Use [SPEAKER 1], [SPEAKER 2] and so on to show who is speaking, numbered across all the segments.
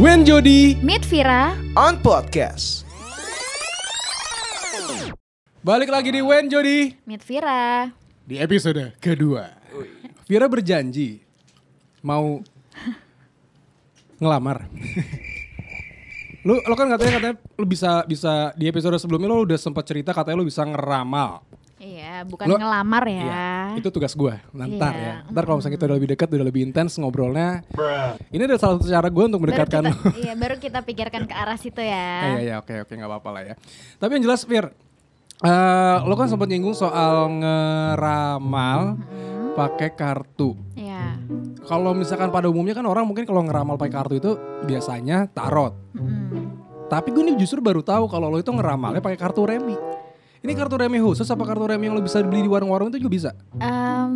[SPEAKER 1] Bareng Jody
[SPEAKER 2] Meet Vira
[SPEAKER 3] on podcast.
[SPEAKER 1] Balik lagi di Wen Jody
[SPEAKER 2] Meet Vira
[SPEAKER 1] Di episode kedua Vira berjanji Mau Ngelamar Lu, lo kan katanya katanya lu bisa bisa di episode sebelumnya lo udah sempat cerita katanya lu bisa ngeramal.
[SPEAKER 2] Iya bukan
[SPEAKER 1] Lo-
[SPEAKER 2] ngelamar ya
[SPEAKER 1] Iya, itu tugas gue. Nantar
[SPEAKER 2] Iya.
[SPEAKER 1] ya. Ntar kalau misalnya kita udah lebih dekat, udah lebih intens ngobrolnya. Ini adalah salah satu cara gue untuk
[SPEAKER 2] baru
[SPEAKER 1] mendekatkan
[SPEAKER 2] kita,
[SPEAKER 1] lo.
[SPEAKER 2] Iya baru kita pikirkan ke arah situ
[SPEAKER 1] Iya,
[SPEAKER 2] ya
[SPEAKER 1] iya, oke, oke, nggak apa-apa lah ya. Tapi yang jelas, Fir, eh, lo kan sempat nyinggung soal ngeramal pakai kartu.
[SPEAKER 2] Iya
[SPEAKER 1] Kalau misalkan pada umumnya kan orang mungkin kalau ngeramal pakai kartu itu biasanya tarot.
[SPEAKER 2] Mm-mm.
[SPEAKER 1] Tapi gue nih justru baru tahu kalau lo itu ngeramalnya pakai kartu remi. Ini kartu remi khusus apa kartu remi yang lo bisa beli di warung-warung itu juga bisa?
[SPEAKER 2] Em,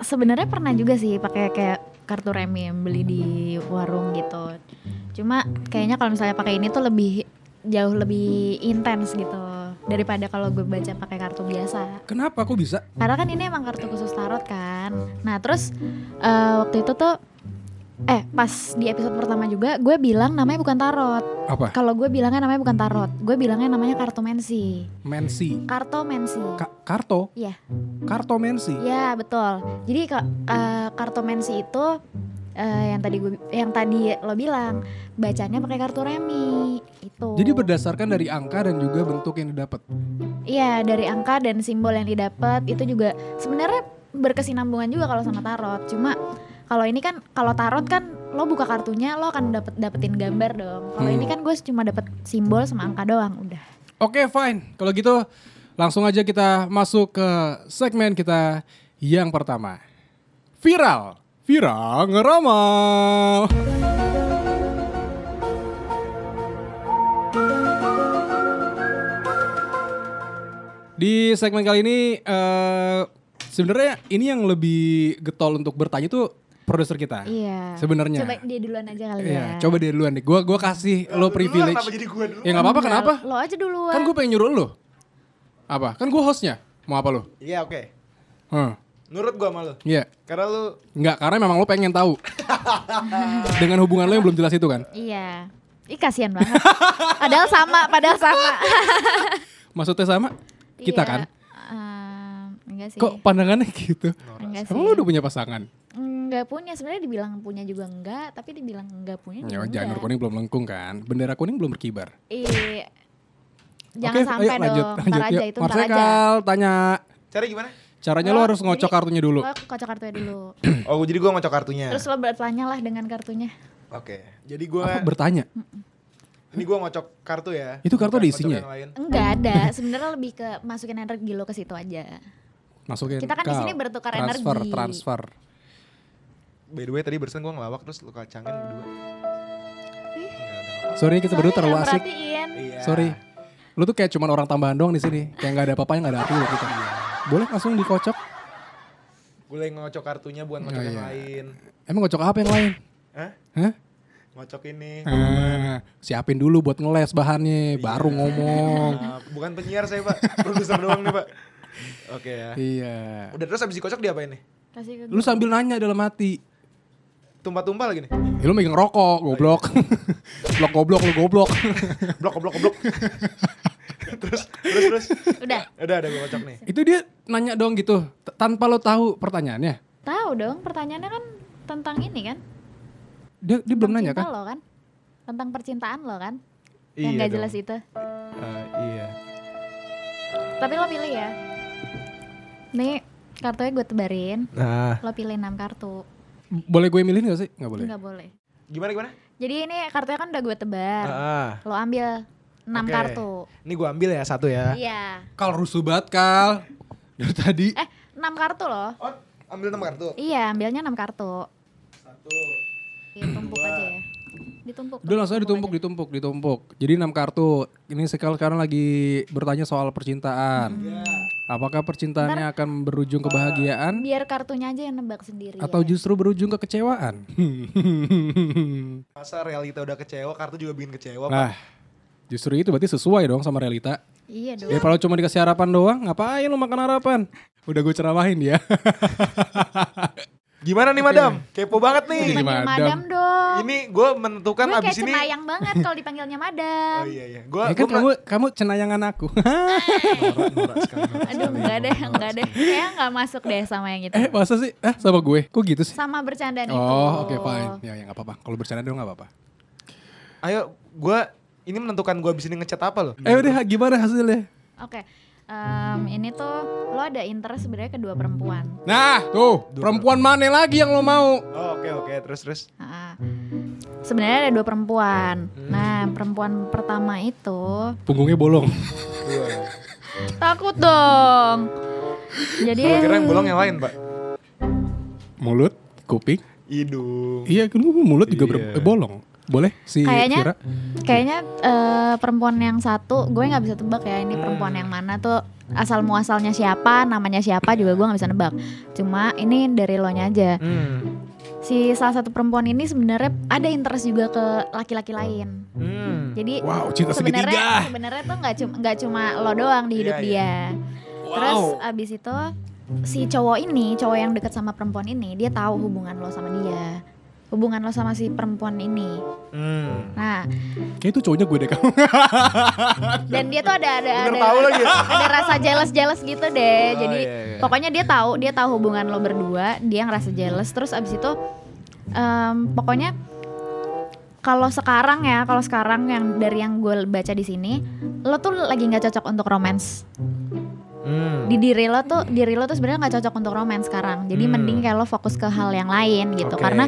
[SPEAKER 2] Sebenarnya pernah juga sih pakai kayak kartu remi yang beli di warung gitu Cuma kayaknya kalau misalnya pakai ini tuh lebih jauh lebih intens gitu daripada kalau gue baca pakai kartu biasa.
[SPEAKER 1] Kenapa kok bisa?
[SPEAKER 2] Karena kan ini emang kartu khusus tarot kan. Nah terus eh, waktu itu tuh eh pas di episode pertama juga gue bilang namanya bukan tarot.
[SPEAKER 1] Apa?
[SPEAKER 2] Kalau gue bilangnya namanya bukan tarot, gue bilangnya namanya kartomensi.
[SPEAKER 1] Mensi.
[SPEAKER 2] Kartomensi.
[SPEAKER 1] Ka- karto?
[SPEAKER 2] Iya.
[SPEAKER 1] Karto mensi.
[SPEAKER 2] Ya betul. Jadi ka- eh, kartomensi itu eh, yang tadi gue yang tadi lo bilang bacanya pakai kartu remi itu.
[SPEAKER 1] Jadi berdasarkan dari angka dan juga bentuk yang didapat.
[SPEAKER 2] Iya dari angka dan simbol yang didapat itu juga sebenarnya berkesinambungan juga kalau sama tarot. Cuma kalau ini kan kalau tarot kan lo buka kartunya lo akan dapet dapetin gambar dong. Kalau
[SPEAKER 1] Hmm.
[SPEAKER 2] ini kan gue cuma dapet simbol sama angka doang udah.
[SPEAKER 1] Oke fine, kalau gitu langsung aja kita masuk ke segmen kita yang pertama. Viral, viral ngeramal. Di segmen kali ini eh, sebenarnya ini yang lebih getol untuk bertanya tuh produser kita.
[SPEAKER 2] Iya.
[SPEAKER 1] Sebenarnya.
[SPEAKER 2] Coba dia duluan aja kali ya.
[SPEAKER 1] Iya, coba dia duluan deh. Gua gua kasih lo privilege.
[SPEAKER 3] Kenapa jadi gue dulu?
[SPEAKER 1] Ya nggak apa-apa,
[SPEAKER 2] Enggak,
[SPEAKER 1] kenapa?
[SPEAKER 2] Iya, Lo aja duluan.
[SPEAKER 1] Kan gue pengen nyuruh lo. Apa? Kan gue hostnya. Mau apa lo?
[SPEAKER 3] Iya oke.
[SPEAKER 1] Hmm.
[SPEAKER 3] Nurut gue sama lu.
[SPEAKER 1] Iya.
[SPEAKER 3] Karena lu
[SPEAKER 1] Enggak, karena memang lo pengen tahu. Dengan hubungan lo yang belum jelas itu kan.
[SPEAKER 2] Iya. Ih kasihan banget. padahal sama, padahal sama.
[SPEAKER 1] Maksudnya sama? Kita
[SPEAKER 2] Iya.
[SPEAKER 1] kan?
[SPEAKER 2] Ehm, enggak sih.
[SPEAKER 1] Kok pandangannya gitu?
[SPEAKER 2] Enggak sih.
[SPEAKER 1] Emang lo udah punya pasangan?
[SPEAKER 2] Enggak punya sebenarnya dibilang punya juga enggak, tapi dibilang enggak punya.
[SPEAKER 1] Ya,
[SPEAKER 2] juga
[SPEAKER 1] janur
[SPEAKER 2] enggak.
[SPEAKER 1] kuning belum lengkung kan? Bendera kuning belum berkibar.
[SPEAKER 2] Iya. Jangan
[SPEAKER 1] Oke,
[SPEAKER 2] sampai
[SPEAKER 1] ayo
[SPEAKER 2] dong.
[SPEAKER 1] lanjut.
[SPEAKER 2] ntar
[SPEAKER 1] lanjut,
[SPEAKER 2] aja
[SPEAKER 1] yuk.
[SPEAKER 2] itu, ntar aja.
[SPEAKER 1] Marsekal, tanya.
[SPEAKER 3] cari gimana?
[SPEAKER 1] Caranya lo,
[SPEAKER 2] Lo-
[SPEAKER 1] harus ngocok
[SPEAKER 2] jadi-
[SPEAKER 1] kartunya dulu.
[SPEAKER 2] Lo kocok kartunya dulu.
[SPEAKER 3] Oh jadi gue ngocok kartunya.
[SPEAKER 2] Terus lo bertanya lah dengan kartunya.
[SPEAKER 3] Oke. Jadi gue
[SPEAKER 1] Apa bertanya?
[SPEAKER 2] Mm.
[SPEAKER 3] ini gue ngocok kartu ya.
[SPEAKER 1] Itu kartu ada
[SPEAKER 3] Bukan
[SPEAKER 1] isinya?
[SPEAKER 3] ngocok yang lain.
[SPEAKER 1] Hmm.
[SPEAKER 2] Enggak ada. Sebenarnya lebih ke masukin energi lo ke situ aja.
[SPEAKER 1] Masukin.
[SPEAKER 2] Kita kan di
[SPEAKER 1] kal.
[SPEAKER 2] sini bertukar
[SPEAKER 1] transfer,
[SPEAKER 2] energi.
[SPEAKER 1] Transfer,
[SPEAKER 3] By the way tadi barusan gue ngelawak terus lu kacangin
[SPEAKER 2] Ih.
[SPEAKER 3] berdua. Nggak, udah nggak apa-apa.
[SPEAKER 1] Sorry kita berdua terlalu
[SPEAKER 2] Soalnya nggak
[SPEAKER 1] asik.
[SPEAKER 2] perhatiin.
[SPEAKER 3] Iya.
[SPEAKER 1] Sorry. Lu tuh kayak cuman orang tambahan doang di sini. Kayak nggak ada apa-apanya, nggak ada api lu kita. Boleh langsung dikocok.
[SPEAKER 3] Gue lagi ngocok kartunya bukan ngocok
[SPEAKER 1] Oh,
[SPEAKER 3] yang
[SPEAKER 1] iya.
[SPEAKER 3] lain.
[SPEAKER 1] Emang ngocok apa yang lain?
[SPEAKER 3] Hah?
[SPEAKER 1] Hah?
[SPEAKER 3] Ngocok ini.
[SPEAKER 1] Ah, siapin dulu buat ngeles bahannya, baru ngomong.
[SPEAKER 3] Maaf, Eh, bukan penyiar saya pak. Produser doang nih pak. Oke ya.
[SPEAKER 1] iya.
[SPEAKER 3] Udah terus habis dikocok diapain nih?
[SPEAKER 2] Kasih ke
[SPEAKER 1] Lu sambil nanya dalam hati.
[SPEAKER 3] Tumpah-tumpah lagi nih.
[SPEAKER 1] Ya, lu megang rokok, goblok. blok goblok, lu goblok.
[SPEAKER 3] Blok blok blok. terus terus terus.
[SPEAKER 2] Udah.
[SPEAKER 3] Udah ada gue ngocok nih.
[SPEAKER 1] Itu dia nanya dong gitu, t- tanpa lo tahu pertanyaannya.
[SPEAKER 2] Tahu dong, pertanyaannya kan tentang ini kan?
[SPEAKER 1] Dia, dia belum
[SPEAKER 2] Tentang
[SPEAKER 1] nanya
[SPEAKER 2] cinta
[SPEAKER 1] kan?
[SPEAKER 2] lo kan? Tentang percintaan lo kan?
[SPEAKER 3] Iya
[SPEAKER 2] Yang gak
[SPEAKER 3] dong.
[SPEAKER 2] jelas itu.
[SPEAKER 3] Eh, iya.
[SPEAKER 2] Tapi lo pilih ya. Nih, kartunya gue tebarin.
[SPEAKER 3] Nah,
[SPEAKER 2] Lo pilih 6 kartu.
[SPEAKER 1] Boleh gue milihin gak sih? Gak boleh.
[SPEAKER 2] Enggak boleh.
[SPEAKER 3] gimana gimana?
[SPEAKER 2] Jadi ini kartunya kan udah gue tebar.
[SPEAKER 3] Ah,
[SPEAKER 2] Lo ambil 6
[SPEAKER 3] Oke.
[SPEAKER 2] kartu.
[SPEAKER 3] ini gua ambil ya satu ya.
[SPEAKER 2] Iya.
[SPEAKER 1] Kal rusuh banget, Kal. Dari tadi.
[SPEAKER 2] Eh, 6 kartu loh.
[SPEAKER 3] Oh, ambil nomor kartu.
[SPEAKER 2] Iya, ambilnya 6 kartu.
[SPEAKER 3] Satu.
[SPEAKER 2] Ditumpuk aja ya. Ditumpuk.
[SPEAKER 1] Udah langsung aja ditumpuk, ditumpuk, ditumpuk. Jadi enam kartu. Ini sekal sekarang lagi bertanya soal percintaan.
[SPEAKER 2] Iya.
[SPEAKER 1] Apakah percintaannya akan berujung
[SPEAKER 2] aja.
[SPEAKER 1] kebahagiaan
[SPEAKER 2] Biar kartunya aja yang nebak sendiri.
[SPEAKER 1] atau
[SPEAKER 2] ya.
[SPEAKER 1] justru berujung kekecewaan?
[SPEAKER 3] Masa realita udah kecewa, kartu juga bikin kecewa. Pak.
[SPEAKER 1] nah, justru itu berarti sesuai dong sama realita.
[SPEAKER 2] Iya dong.
[SPEAKER 1] Daripada cuma dikasih harapan doang, ngapain lu makan harapan? Udah gue ceramahin ya.
[SPEAKER 3] Gimana nih
[SPEAKER 1] Oke.
[SPEAKER 3] madam? Kepo banget nih.
[SPEAKER 1] Jadi
[SPEAKER 2] Panggil
[SPEAKER 1] madam.
[SPEAKER 2] madam dong.
[SPEAKER 3] Ini gue menentukan
[SPEAKER 2] Gue Oh. kayak
[SPEAKER 3] abis ini.
[SPEAKER 2] cenayang banget kalau dipanggilnya madam.
[SPEAKER 3] Oh iya iya. Gue
[SPEAKER 1] Ya kan kamu kamu cenayangan aku.
[SPEAKER 2] Aduh enggak deh, enggak deh. Kayaknya enggak masuk deh sama yang itu.
[SPEAKER 1] eh masa sih? Eh sama gue? Kok gitu sih?
[SPEAKER 2] Sama bercandaan itu.
[SPEAKER 1] Oh oke fine. Ya ya nggak apa-apa. Kalau bercanda dong nggak apa-apa.
[SPEAKER 3] Ayo gue ini menentukan gue abis ini ngechat apa loh.
[SPEAKER 1] Eh
[SPEAKER 2] Iya.
[SPEAKER 1] udah gimana hasilnya?
[SPEAKER 2] Oke. Em, ini tuh lo ada interest sebenarnya kedua perempuan.
[SPEAKER 1] Nah tuh perempuan mana lagi yang lo mau?
[SPEAKER 3] Oh, oke oke terus terus.
[SPEAKER 2] Ah. Sebenarnya ada dua perempuan. Nah, perempuan pertama itu
[SPEAKER 1] Punggungnya bolong.
[SPEAKER 2] takut dong. Jadi
[SPEAKER 3] Gue kira yang bolong yang lain pak.
[SPEAKER 1] Mulut, kuping.
[SPEAKER 3] Hidung.
[SPEAKER 1] Iya kan gue mulut juga ber-
[SPEAKER 3] Iya.
[SPEAKER 1] eh, bolong. Boleh si Vira?
[SPEAKER 2] kayaknya kayaknya eh, perempuan yang satu gue nggak bisa tebak ya ini perempuan yang mana tuh asal muasalnya siapa, namanya siapa juga gue nggak bisa nebak. Cuma ini dari lo nya aja.
[SPEAKER 3] Hmm.
[SPEAKER 2] Si salah satu perempuan ini sebenarnya ada interest juga ke laki-laki lain.
[SPEAKER 3] Hmm.
[SPEAKER 2] Jadi
[SPEAKER 1] Wow cinta
[SPEAKER 2] sebenarnya
[SPEAKER 1] segitiga.
[SPEAKER 2] sebenarnya tuh nggak cuma nggak cuma lo doang di hidup
[SPEAKER 3] Iya,
[SPEAKER 2] dia.
[SPEAKER 1] Wow.
[SPEAKER 2] Terus abis itu si cowok ini, cowok yang deket sama perempuan ini, dia tahu hubungan lo sama dia, hubungan lo sama si perempuan ini.
[SPEAKER 3] Hmm.
[SPEAKER 2] Nah,
[SPEAKER 1] Kayak itu cowoknya gue deh kamu.
[SPEAKER 2] dan dia tuh ada ada
[SPEAKER 3] Bener
[SPEAKER 2] ada,
[SPEAKER 3] tahu lagi.
[SPEAKER 2] ada rasa jealous-jealous gitu deh.
[SPEAKER 3] Oh,
[SPEAKER 2] Jadi
[SPEAKER 3] iya, iya.
[SPEAKER 2] pokoknya dia tahu, dia tahu hubungan lo berdua, dia ngerasa jealous. Terus abis itu, em, pokoknya kalau sekarang ya, kalau sekarang yang dari yang gue baca di sini, lo tuh lagi nggak cocok untuk romance.
[SPEAKER 3] Hmm.
[SPEAKER 2] di diri lo tuh diri lo tuh sebenarnya nggak cocok untuk romance sekarang jadi
[SPEAKER 3] Hmm.
[SPEAKER 2] mending kayak lo fokus ke hal yang lain gitu
[SPEAKER 3] Oke.
[SPEAKER 2] karena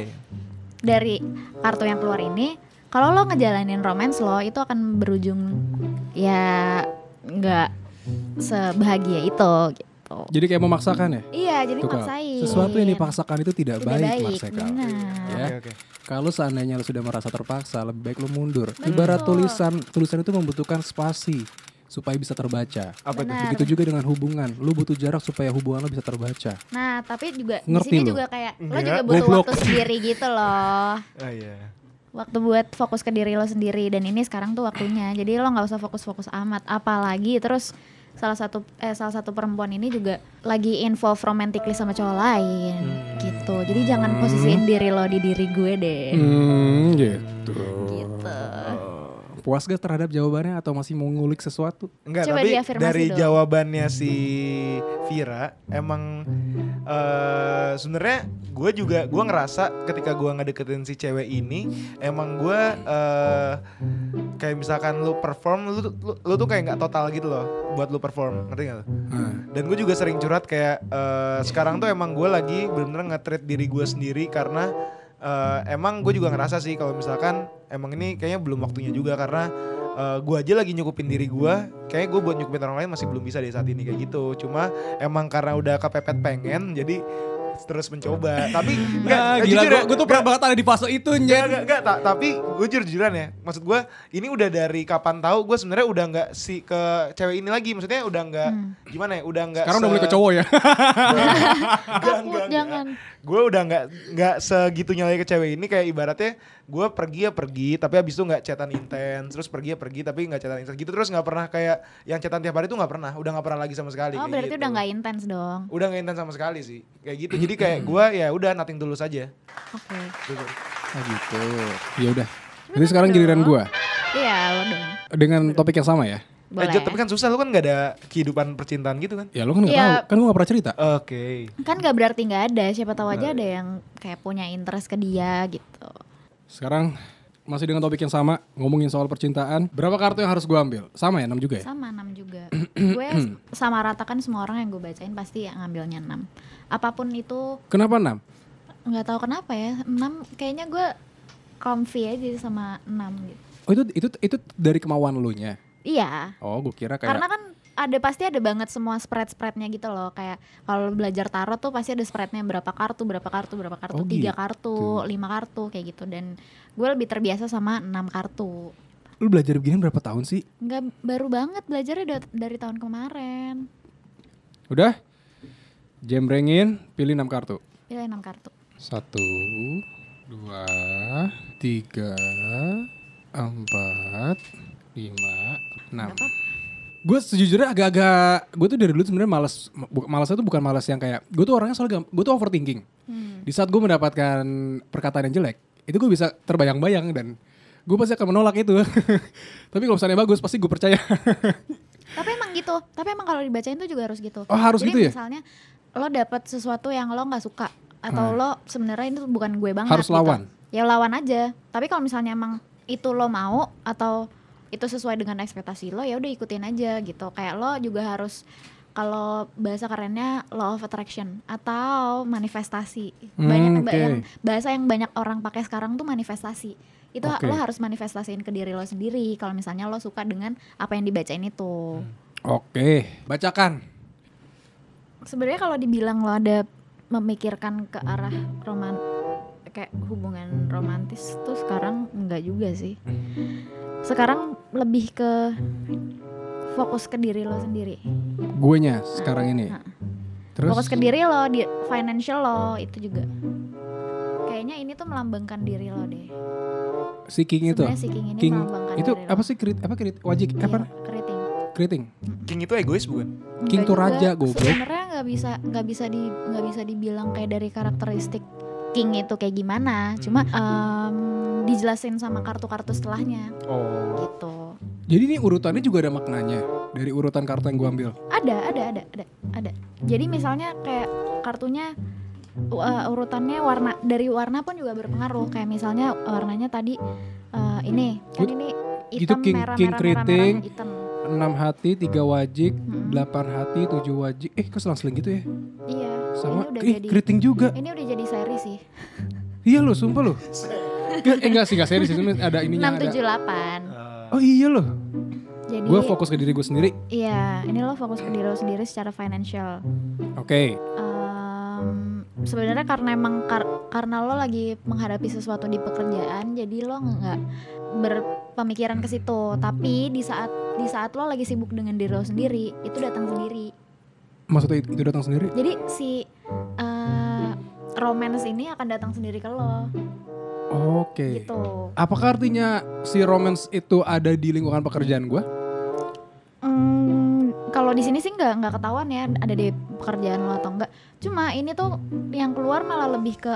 [SPEAKER 2] dari kartu yang keluar ini kalau lo ngejalanin romance lo itu akan berujung ya nggak sebahagia itu gitu
[SPEAKER 1] Jadi kayak memaksakan ya?
[SPEAKER 2] iya jadi
[SPEAKER 1] Tuh, Kal.
[SPEAKER 2] maksain
[SPEAKER 1] Sesuatu yang dipaksakan itu tidak,
[SPEAKER 2] tidak
[SPEAKER 1] baik,
[SPEAKER 2] baik,
[SPEAKER 1] Marsekal.
[SPEAKER 2] benar
[SPEAKER 1] Ya.
[SPEAKER 3] Oke oke.
[SPEAKER 1] Kalau seandainya lo sudah merasa terpaksa, lebih baik lo mundur.
[SPEAKER 2] Betul.
[SPEAKER 1] Ibarat tulisan, tulisan itu membutuhkan spasi supaya bisa terbaca.
[SPEAKER 3] Apa tuh?
[SPEAKER 2] Benar.
[SPEAKER 1] Begitu juga dengan hubungan, lo butuh jarak supaya hubungan lo bisa terbaca.
[SPEAKER 2] nah tapi juga di
[SPEAKER 1] Ngerti
[SPEAKER 2] sini
[SPEAKER 1] lo.
[SPEAKER 2] juga kayak lo
[SPEAKER 3] Enggak,
[SPEAKER 2] juga butuh
[SPEAKER 1] goblok.
[SPEAKER 2] waktu sendiri gitu loh
[SPEAKER 3] Oh iya.
[SPEAKER 2] waktu buat fokus ke diri lo sendiri dan ini sekarang tuh waktunya jadi lo nggak usah fokus-fokus amat apalagi terus salah satu eh, salah satu perempuan ini juga lagi involve romantically sama cowok lain
[SPEAKER 3] Hmm.
[SPEAKER 2] gitu jadi jangan posisiin diri lo di diri gue deh
[SPEAKER 1] Hmm, gitu.
[SPEAKER 2] gitu
[SPEAKER 1] Puas gak terhadap jawabannya atau masih mau ngulik sesuatu?
[SPEAKER 3] Enggak,
[SPEAKER 2] Coba
[SPEAKER 3] tapi
[SPEAKER 2] diafirmasi
[SPEAKER 3] dari
[SPEAKER 2] dong.
[SPEAKER 3] jawabannya si Vira emang eh sebenarnya gue juga gue ngerasa ketika gue ngedeketin si cewek ini emang gue eh kayak misalkan lu perform lu, tuh- lu, lu tuh kayak nggak total gitu loh buat lu perform ngerti gak lu?
[SPEAKER 1] Ah,
[SPEAKER 3] Dan gue juga sering curhat kayak eh, sekarang tuh emang gue lagi bener-bener nge-treat diri gue sendiri karena eh, emang gue juga ngerasa sih kalau misalkan emang ini kayaknya belum waktunya juga karena eh, gue aja lagi nyukupin diri gue, kayaknya gue buat nyukupin orang lain masih belum bisa deh saat ini kayak gitu. Cuma emang karena udah kepepet pengen jadi terus mencoba. Tapi enggak,
[SPEAKER 1] Ah,
[SPEAKER 3] eh,
[SPEAKER 1] gila,
[SPEAKER 3] jujur
[SPEAKER 1] gue,
[SPEAKER 3] ya,
[SPEAKER 1] tuh pernah banget ada di fase itu,
[SPEAKER 3] Enggak,
[SPEAKER 1] Nyen.
[SPEAKER 3] enggak, enggak, ta- tapi gue jujur-jujuran ya. Maksud gue ini udah dari kapan tahu gue sebenarnya udah nggak si ke cewek ini lagi. Maksudnya udah nggak gimana ya? Udah nggak
[SPEAKER 1] Hmm. Sekarang udah
[SPEAKER 3] se-
[SPEAKER 1] mulai ke cowok ya.
[SPEAKER 3] Enggak,
[SPEAKER 2] Takut,
[SPEAKER 3] enggak,
[SPEAKER 2] jangan.
[SPEAKER 3] enggak. Gue udah nggak nggak segitunya lagi ke cewek ini kayak ibaratnya gue pergi ya pergi, tapi abis itu nggak chatan intens, terus pergi ya pergi, tapi nggak chatan intens gitu terus nggak pernah kayak yang chatan tiap hari itu nggak pernah, udah nggak pernah lagi sama sekali.
[SPEAKER 2] oh
[SPEAKER 3] kayak
[SPEAKER 2] berarti
[SPEAKER 3] gitu.
[SPEAKER 2] udah nggak intens dong
[SPEAKER 3] udah nggak intens sama sekali sih, kayak gitu. Jadi kayak gue ya udah nothing tulus aja.
[SPEAKER 2] oke
[SPEAKER 1] Ah, gitu. Ya udah. Jadi sekarang giliran gua
[SPEAKER 2] iya lo dong
[SPEAKER 1] dengan topik yang sama ya.
[SPEAKER 2] boleh
[SPEAKER 3] Eh, Jod, Eh, tapi kan susah lu kan nggak ada kehidupan percintaan gitu kan?
[SPEAKER 1] Ya lo kan nggak
[SPEAKER 2] Iya.
[SPEAKER 1] tahu, kan gue gak pernah cerita.
[SPEAKER 3] Oke.
[SPEAKER 2] kan nggak berarti nggak ada siapa tahu aja ada yang kayak punya interest ke dia gitu
[SPEAKER 1] Sekarang masih dengan topik yang sama, ngomongin soal percintaan. Berapa kartu yang harus gue ambil? Sama ya, 6 juga ya?
[SPEAKER 2] Sama 6 juga. gue s- sama ratakan semua orang yang gue bacain pasti yang ngambilnya 6. Apapun itu
[SPEAKER 1] Kenapa 6?
[SPEAKER 2] nggak tahu kenapa ya. 6 kayaknya gue comfy aja sama 6 gitu.
[SPEAKER 1] Oh itu, itu, itu dari kemauan lu nya?
[SPEAKER 2] Iya.
[SPEAKER 1] Oh gue kira kayak...
[SPEAKER 2] Karena kan ada pasti ada banget semua spread-spreadnya gitu loh kayak kalau lu belajar tarot tuh pasti ada spreadnya berapa kartu berapa kartu berapa kartu
[SPEAKER 1] Oh,
[SPEAKER 2] tiga
[SPEAKER 1] gitu.
[SPEAKER 2] kartu lima kartu kayak gitu dan gue lebih terbiasa sama enam kartu
[SPEAKER 1] Lu belajar begini berapa tahun sih?
[SPEAKER 2] nggak baru banget belajarnya da- dari tahun kemarin
[SPEAKER 1] Udah? Jembrengin, pilih 6 kartu.
[SPEAKER 2] pilih enam kartu
[SPEAKER 1] Satu, dua, tiga, empat, lima, enam. Gue sejujurnya agak-agak, gue tuh dari dulu sebenarnya malas, bu- malasnya tuh bukan malas yang kayak, gue tuh orangnya soal gue tuh overthinking.
[SPEAKER 2] Hmm.
[SPEAKER 1] Di saat gue mendapatkan perkataan yang jelek, itu gue bisa terbayang-bayang dan gue pasti akan menolak itu. Tapi kalau misalnya bagus, pasti gue percaya.
[SPEAKER 2] Tapi emang gitu. Tapi emang kalau dibacain tuh juga harus gitu.
[SPEAKER 1] Oh, harus
[SPEAKER 2] Jadi
[SPEAKER 1] gitu ya?
[SPEAKER 2] misalnya lo dapat sesuatu yang lo nggak suka
[SPEAKER 1] Ah.
[SPEAKER 2] atau lo sebenarnya itu bukan gue banget.
[SPEAKER 1] Harus
[SPEAKER 2] gitu.
[SPEAKER 1] lawan.
[SPEAKER 2] Ya lawan aja. Tapi kalau misalnya emang itu lo mau atau itu sesuai dengan ekspektasi lo ya udah ikutin aja gitu. Kayak lo juga harus kalau bahasa kerennya law of attraction atau manifestasi. Banyak
[SPEAKER 1] Hmm,
[SPEAKER 2] ba-
[SPEAKER 1] oke.
[SPEAKER 2] yang bahasa yang banyak orang pakai sekarang tuh manifestasi. Itu
[SPEAKER 1] Oke.
[SPEAKER 2] lo harus manifestasiin ke diri lo sendiri kalau misalnya lo suka dengan apa yang dibacain itu.
[SPEAKER 1] Hmm. Oke, bacakan.
[SPEAKER 2] sebenarnya kalau dibilang lo ada memikirkan ke arah roman kayak hubungan romantis tuh sekarang enggak juga sih
[SPEAKER 1] Hmm.
[SPEAKER 2] sekarang lebih ke fokus ke diri lo sendiri
[SPEAKER 1] Guenya sekarang ini.
[SPEAKER 2] Nah.
[SPEAKER 1] Terus?
[SPEAKER 2] fokus ke diri lo di financial lo itu juga kayaknya ini tuh melambangkan diri lo deh
[SPEAKER 1] Seeking itu.
[SPEAKER 2] sebenarnya seeking ini
[SPEAKER 1] King
[SPEAKER 2] melambangkan
[SPEAKER 1] itu
[SPEAKER 2] diri
[SPEAKER 1] apa sih krit apa krit wajik
[SPEAKER 2] lo.
[SPEAKER 1] apa
[SPEAKER 2] Iya, keriting
[SPEAKER 1] kriting
[SPEAKER 3] King itu egois bukan?
[SPEAKER 1] King
[SPEAKER 2] Enggak
[SPEAKER 1] tuh
[SPEAKER 2] juga.
[SPEAKER 1] raja, goblok.
[SPEAKER 2] Sebenarnya nggak bisa nggak bisa di nggak bisa dibilang kayak dari karakteristik king itu kayak gimana. Cuma
[SPEAKER 1] Hmm.
[SPEAKER 2] em, dijelasin sama kartu-kartu setelahnya
[SPEAKER 3] Oh.
[SPEAKER 2] gitu.
[SPEAKER 1] jadi ini urutannya juga ada maknanya dari urutan kartu yang gua ambil
[SPEAKER 2] Ada ada ada ada ada. Jadi misalnya kayak kartunya u- uh, urutannya warna dari warna pun juga berpengaruh. Kayak misalnya warnanya tadi eh, ini kan ini
[SPEAKER 1] Itu
[SPEAKER 2] hitam
[SPEAKER 1] gitu king-
[SPEAKER 2] merah
[SPEAKER 1] king
[SPEAKER 2] merah merah
[SPEAKER 1] keriting.
[SPEAKER 2] merah hitam.
[SPEAKER 1] 6 hati 3 wajik
[SPEAKER 2] Mm-mm.
[SPEAKER 1] 8 hati 7 wajik eh kok selang-seling gitu ya
[SPEAKER 2] Iya.
[SPEAKER 1] sama
[SPEAKER 2] ini udah
[SPEAKER 1] eh
[SPEAKER 2] jadi
[SPEAKER 1] keriting juga
[SPEAKER 2] ini udah jadi seri sih.
[SPEAKER 1] iya loh sumpah loh Nggak, eh enggak sih enggak serius ini ada ininya ada
[SPEAKER 2] 678.
[SPEAKER 1] oh iya loh
[SPEAKER 2] Jadi
[SPEAKER 1] gua fokus ke diri gua sendiri
[SPEAKER 2] Iya, ini lo fokus ke diri lo sendiri secara financial.
[SPEAKER 1] oke
[SPEAKER 2] Em, Sebenarnya karena emang kar- karena lo lagi menghadapi sesuatu di pekerjaan, jadi lo nggak berpemikiran ke situ. Tapi di saat di saat lo lagi sibuk dengan diri lo sendiri, itu datang sendiri.
[SPEAKER 1] maksudnya itu datang sendiri
[SPEAKER 2] Jadi si eh, romance ini akan datang sendiri ke lo,
[SPEAKER 1] oke
[SPEAKER 2] gitu.
[SPEAKER 1] apakah artinya si romance itu ada di lingkungan pekerjaan gua
[SPEAKER 2] Hmm, kalau di sini sih nggak nggak ketahuan ya ada di pekerjaan lo atau enggak. Cuma ini tuh yang keluar malah lebih ke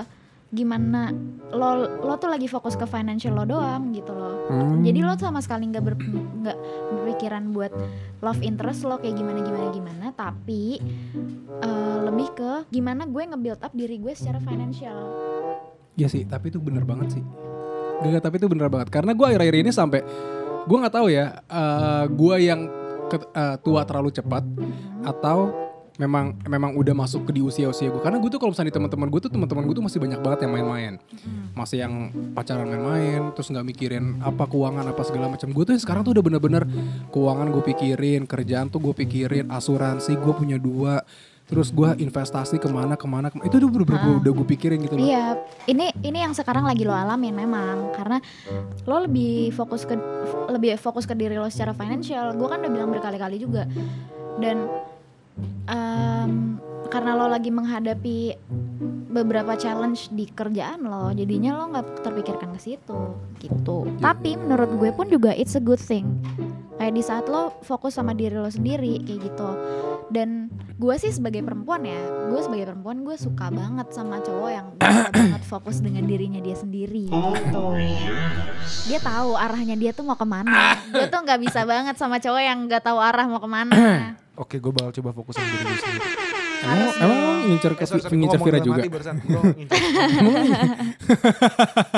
[SPEAKER 2] gimana lo lo tuh lagi fokus ke financial lo doang gitu loh.
[SPEAKER 1] Hmm.
[SPEAKER 2] Jadi lo sama sekali nggak ber, nggak berpikiran buat love interest lo kayak gimana gimana gimana. Tapi eh, lebih ke gimana gue nge-build up diri gue secara financial.
[SPEAKER 1] Iya sih, tapi itu bener banget sih. Gak, gak, tapi itu bener banget. Karena gue akhir-akhir ini sampai gue nggak tahu ya, eh gue yang ke- eh, tua terlalu cepat atau memang memang udah masuk ke di usia-usia gue. Karena gue tuh kalau misalnya di teman-teman gue tuh teman-teman gue tuh masih banyak banget yang main-main, masih yang pacaran main-main, terus nggak mikirin apa keuangan apa segala macam. Gue tuh sekarang tuh udah bener-bener keuangan gue pikirin, kerjaan tuh gue pikirin, asuransi gue punya dua, terus gue investasi kemana kemana, kemana. itu udah bener-bener
[SPEAKER 2] Ah.
[SPEAKER 1] udah gue pikirin gitu loh.
[SPEAKER 2] Iya, ini ini yang sekarang lagi lo alamin memang karena lo lebih fokus ke lebih fokus ke diri lo secara financial. Gue kan udah bilang berkali-kali juga dan em, karena lo lagi menghadapi beberapa challenge di kerjaan lo, jadinya lo nggak terpikirkan ke situ gitu. Tapi menurut gue pun juga it's a good thing. Kayak di saat lo fokus sama diri lo sendiri kayak gitu dan gue sih sebagai perempuan ya gue sebagai perempuan gue suka banget sama cowok yang bisa banget fokus dengan dirinya dia sendiri gitu dia tahu arahnya dia tuh mau kemana gue tuh nggak bisa banget sama cowok yang nggak tahu arah mau kemana
[SPEAKER 3] Oke, gue bakal coba fokus sama diri gue sendiri.
[SPEAKER 1] Emang, emang lo ngincer
[SPEAKER 3] Eh,
[SPEAKER 1] ke ngincer Vira juga.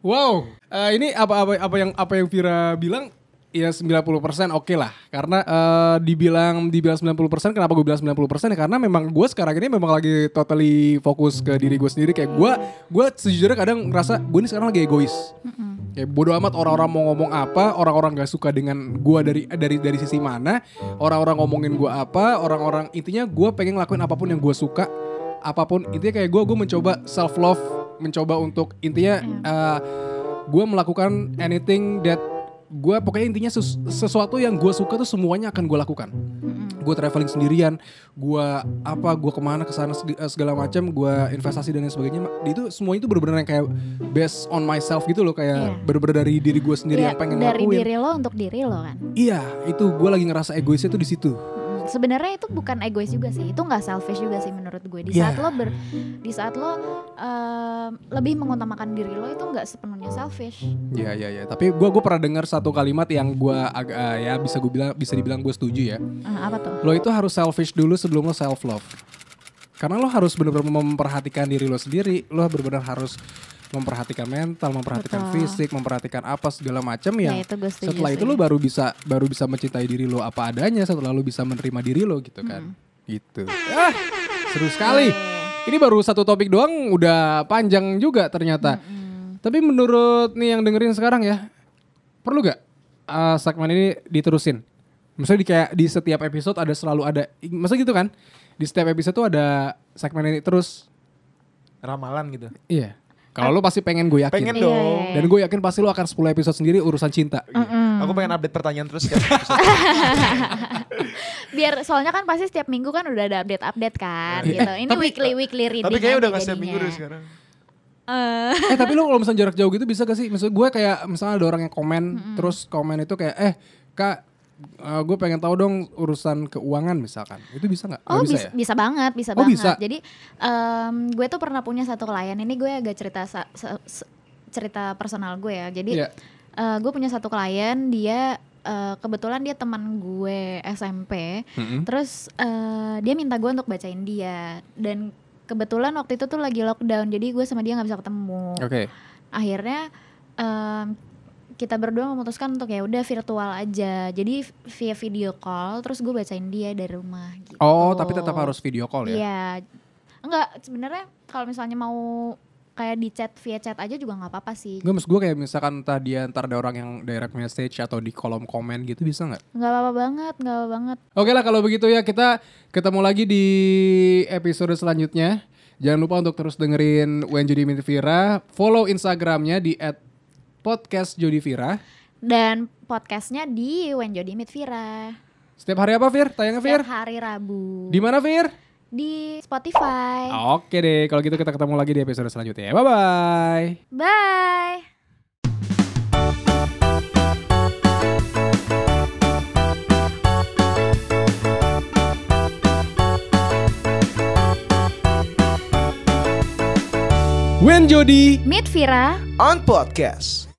[SPEAKER 1] Wow. Eh, ini apa apa apa yang apa yang Vira bilang ya 90% oke lah. Karena eh, dibilang dibilang 90% kenapa gue bilang 90% ya karena memang gue sekarang ini memang lagi totally fokus ke diri gue sendiri kayak gue gue sejujurnya kadang ngerasa gue ini sekarang lagi egois. Kayak bodo amat orang-orang mau ngomong apa, orang-orang gak suka dengan gua dari dari dari sisi mana, orang-orang ngomongin gua apa, orang-orang intinya gua pengen ngelakuin apapun yang gua suka, apapun intinya kayak gua gua mencoba self love, mencoba untuk intinya eh, gua melakukan anything that gua pokoknya intinya ses- sesuatu yang gua suka tuh semuanya akan gua lakukan gue traveling sendirian, gue apa, gue kemana kesana seg- eh, segala macam, gue investasi dan lain sebagainya, Ma- itu semuanya itu bener-bener yang kayak based on myself gitu loh, kayak
[SPEAKER 2] Iya.
[SPEAKER 1] bener-bener dari diri gue sendiri
[SPEAKER 2] Ya,
[SPEAKER 1] yang pengen
[SPEAKER 2] dari
[SPEAKER 1] ngelakuin.
[SPEAKER 2] diri lo untuk diri lo kan
[SPEAKER 1] Iya, itu gue lagi ngerasa egoisnya tuh di situ.
[SPEAKER 2] Mm, sebenarnya itu bukan egois juga sih itu nggak selfish juga sih menurut gue di
[SPEAKER 1] Ya.
[SPEAKER 2] saat lo ber di saat lo em, lebih mengutamakan diri lo itu nggak sepenuhnya selfish
[SPEAKER 1] Iya iya iya. Tapi gue gue pernah dengar satu kalimat yang gue agak eh, ya bisa gue bilang bisa dibilang gue setuju ya.
[SPEAKER 2] Eh, apa tuh
[SPEAKER 1] Lo itu harus selfish dulu sebelum lo self love. Karena lo harus benar-benar memperhatikan diri lo sendiri. Lo benar-benar harus memperhatikan mental, memperhatikan
[SPEAKER 2] Betul.
[SPEAKER 1] fisik, memperhatikan apa segala macam yang
[SPEAKER 2] ya itu gue setuju
[SPEAKER 1] setelah itu
[SPEAKER 2] sih.
[SPEAKER 1] lo baru bisa baru bisa mencintai diri lo apa adanya setelah lo bisa menerima diri lo gitu kan
[SPEAKER 2] Hmm.
[SPEAKER 1] gitu ah seru sekali ini baru satu topik doang udah panjang juga ternyata tapi menurut nih yang dengerin sekarang ya perlu gak eh, segmen ini diterusin maksudnya di kayak di setiap episode ada selalu ada maksudnya gitu kan di setiap episode tuh ada segmen ini terus
[SPEAKER 3] Ramalan gitu.
[SPEAKER 1] iya kalau lo pasti pengen gue yakin
[SPEAKER 3] Pengen
[SPEAKER 2] Iya,
[SPEAKER 3] dong.
[SPEAKER 2] iya,
[SPEAKER 1] dan gue yakin pasti lo akan 10 episode sendiri urusan cinta
[SPEAKER 3] Aku pengen update pertanyaan terus kan.
[SPEAKER 2] biar soalnya kan pasti setiap minggu kan udah ada update update kan
[SPEAKER 1] Iya.
[SPEAKER 2] gitu
[SPEAKER 1] Eh,
[SPEAKER 2] ini
[SPEAKER 1] tapi-
[SPEAKER 2] weekly weekly reading
[SPEAKER 3] Tapi kayaknya udah
[SPEAKER 2] nanti
[SPEAKER 3] nggak setiap minggu
[SPEAKER 2] jadinya.
[SPEAKER 3] deh sekarang.
[SPEAKER 2] Eh,
[SPEAKER 1] eh tapi lu kalau misalnya jarak jauh gitu bisa gak sih? Maksud gue kayak misalnya ada orang yang komen, terus komen itu kayak eh kak eh, gue pengen tahu dong urusan keuangan misalkan, itu bisa nggak? Nggak
[SPEAKER 2] Oh bisa,
[SPEAKER 1] ya?
[SPEAKER 2] bisa banget, bisa
[SPEAKER 1] Oh,
[SPEAKER 2] banget.
[SPEAKER 1] bisa.
[SPEAKER 2] Jadi em, gue tuh pernah punya satu klien. Ini gue agak cerita sa- se- se- cerita personal gue ya. Jadi
[SPEAKER 1] Iya.
[SPEAKER 2] eh, gue punya satu klien. Dia eh, kebetulan dia teman gue SMP.
[SPEAKER 1] Mm-mm.
[SPEAKER 2] Terus eh, dia minta gue untuk bacain dia. Dan kebetulan waktu itu tuh lagi lockdown. Jadi gue sama dia nggak bisa ketemu.
[SPEAKER 1] Oke.
[SPEAKER 2] Akhirnya em, kita berdua memutuskan untuk ya udah virtual aja. Jadi via video call. Terus gue bacain dia dari rumah. Gitu.
[SPEAKER 1] Oh tapi tetap harus video call ya?
[SPEAKER 2] Iya. Enggak, sebenarnya kalau misalnya mau kayak di chat via chat aja juga nggak apa-apa sih.
[SPEAKER 1] Gue maksud gue kayak misalkan entah dia ntar ada orang yang direct message atau di kolom komen gitu bisa nggak?
[SPEAKER 2] Nggak apa-apa banget, nggak apa-apa banget.
[SPEAKER 1] Oke lah kalau begitu ya kita ketemu lagi di episode selanjutnya. Jangan lupa untuk terus dengerin When Judy Meet Vira. Follow Instagramnya di @podcastjodivira.
[SPEAKER 2] Dan podcastnya di When Jody Meet Vira.
[SPEAKER 1] Setiap hari apa Fir? Tayangnya Fir?
[SPEAKER 2] Setiap hari Eh. Rabu.
[SPEAKER 1] Di Oh. mana Fir?
[SPEAKER 2] Di Spotify.
[SPEAKER 1] Oke deh, kalau gitu kita ketemu lagi di episode selanjutnya. Bye bye.
[SPEAKER 2] Bye.
[SPEAKER 1] When Jody
[SPEAKER 2] Meet Vira.
[SPEAKER 3] On podcast.